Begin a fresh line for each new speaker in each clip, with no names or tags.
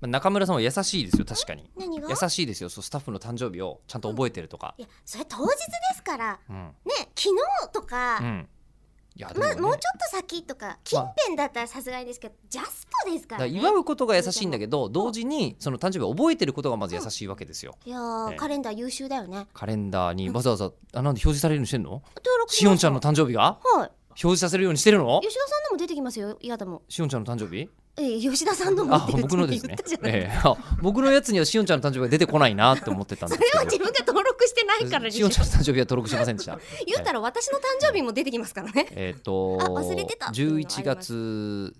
まあ中村さんは優しいですよ確かに
何が
優しいですよそうスタッフの誕生日をちゃんと覚えてるとか
いやそれ当日ですからね
うん、
昨日とか、
うん、いやでも,、
ま
ね
あもうちょっと先とか近辺だったらさすがにですけど、ジャスポですか
だ
ら
から
ね
祝うことが優しいんだけど同時にその誕生日を覚えてることがまず優しいわけですよ、
いやー、
ね
カレンダー優秀だよね
カレンダーにわざわざあなんで表示されるようにしてんの
登録
しおんちゃんの
の
誕生日が
はい
表示させるようにしてるの
吉田さんのも出てきますよ嫌だもん
しおんちゃんの誕生 日
えー吉田さんのも
あ
って
僕のですね
言ったじゃ、ない、
ええあ僕のやつにはしおんちゃんの誕生日が出てこないなって思ってたんで
そ
す
れは 自
け
分が登録してないから
ど
で
し
し
お
ょ
んちゃんの誕生日は登録しませんでした
言ったら私の誕生日も出てきますからね
えっと
あ忘れてたっていうのはあ
11
ります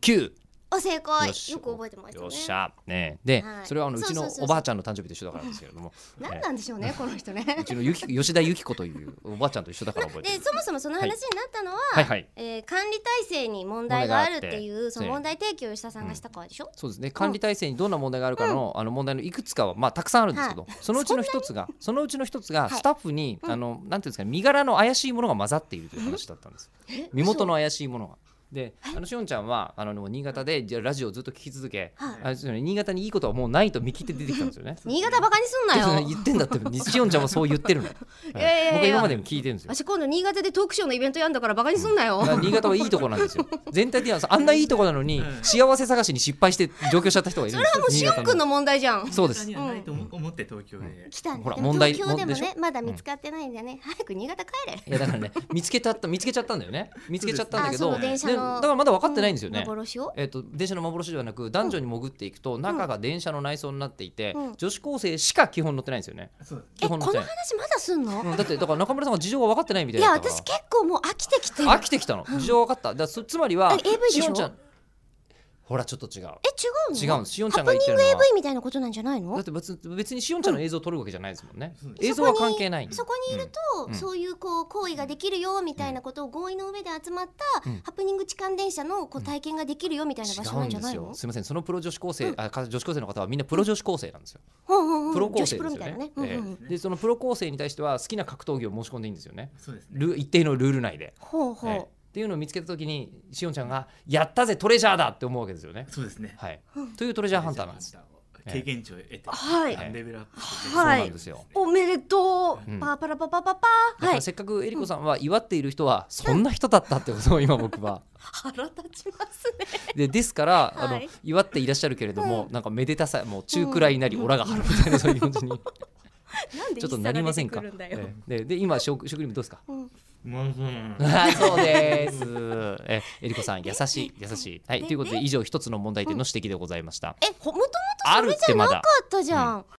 月19
お成功
よ
よ
し
く覚えてましたね
よっしゃねで
はい
それはあのう
そう
ち
そう
の
そうそう
おばあちゃんの誕生日と一緒だからですけれ ども
何
え
なんでしょうねこの人ね
えうちのゆき吉田由紀子というおばあちゃんと一緒だから覚え
で
てる
そもそもその話になったのは、
はいはい
えー管理体制に問題があるっ
問題があ
てい
って
うその問題提起を吉田さんがしたからでしょ、
そうですね管理体制にどんな問題があるかの,、あの問題のいくつかは、まあ、たくさんあるんですけど、そのうちの一つがそのうちの一つが
い
スタッフに、
うん
あのなんていうんですか身柄の怪しいものが混ざっているという話だったんです身元の怪しいものが。であのしおんちゃんはあのもう新潟でじゃあラジオをずっと聞き続け、
はい
あのその新潟にいいことはもうないと見切って出てきたんですよ ね。
新潟バカにすんな
そう
よ
言ってんだってしおんちゃんもそう言ってる の、
いやいやいや
僕は今までも聞いてるんです よ
私今度新潟でトークショーのイベントやんだからバカにすんなよ、
だから新潟はいいとこなんですよ全体的にはあんないいとこなのに幸せ探しに失敗して上京しちゃった人がいるんですよ
もうしおんくん
新潟
の問題じゃん
そうです
にはないと思思って東京で、
来たん
ほら
だでも
問題
東京でも
もんで
ねまだ見つかってないんだね、早く新潟帰れ
いやだからね見つけちゃった見つけちゃったんだよね見つけちゃったんだけど
あそう電車の
でだからまだ分かってないんですよね、
幻を
えっと電車の幻ではなく男女に潜っていくと中が電車の内装になっていて、
うん
女子高生しか基本乗ってないんですよね
そう
え
基
こ
本
の
乗っ
話
て
ま
ない、
だすんの、
うんだってだから中村さんは事情が分かってないみたい
い
だ
や
から
私結構もう飽きてきてる
飽きてきたの事情が分かっただからそつまりは
え AV でしょ
おんちゃんほらちょっと違う
え違
違
うの
うんですしおんちゃ
ハ
んが
プ
言っ
ニ
てる
ング
のは
AV みたいなことなんじゃない
だ
の
って別別にしおんちゃんの映像を撮るわけじゃないですもんね、
そう
映像は関係ない
そこにいると、
うん
そういうこう行為ができるよみたいなことを合意の上で集まった、
うん
ハプニング痴漢電車のこう体験ができるよみたいな場所
違
な
うんん
じゃ
で
ない
す
の
よ。すみません、そのプロ女子高生、あか女子高生の方はみんなプロ女子高生なんですよ。
ほんほんほん
プロ高生
女子プ
で
ロ
す
み
よ
たいな
ね
ね。。うんうん
ええで、そのプロ高生に対しては好きな格闘技を申し込んでいいんですよね。
そうですね
ル一定のルール内で。
ほう
ええ
ほ
っていうのを見つけたときに、しおんちゃんがやったぜトレジャーだって思うわけですよね。
そうですね
はい
うん。
というトレジャーハンターなんです。
レジャーハンターを経験値を得て、
う。は
はい
い。
レベルアップして
そう
はい
なんですよ。
おめでと
うん
う。パーパラパパパパ
だ
ー。
か
はい
ら。せっかくえりこさんは祝っている人はそんな人だったってことを今僕は
腹立ちますね。
でですから、
は
あの
い
祝っていらっしゃるけれども、なんかめでたさもう中くらいなりオラが張るみたいな、そう いう感じに
なん で
ちょっとなりませんか。
一茶が出てくるだよ
ええでで今食食リムどうですか。
うん
もうそうなんだ
あ そうです。 ええりこさん優しい優しい。はい
で
ということで以上一つの問題点の指摘でございました。
え、ほもともと
あ
そ
る
れ
っ
じ
て
ゃな
ま
か
だ
ったじゃん。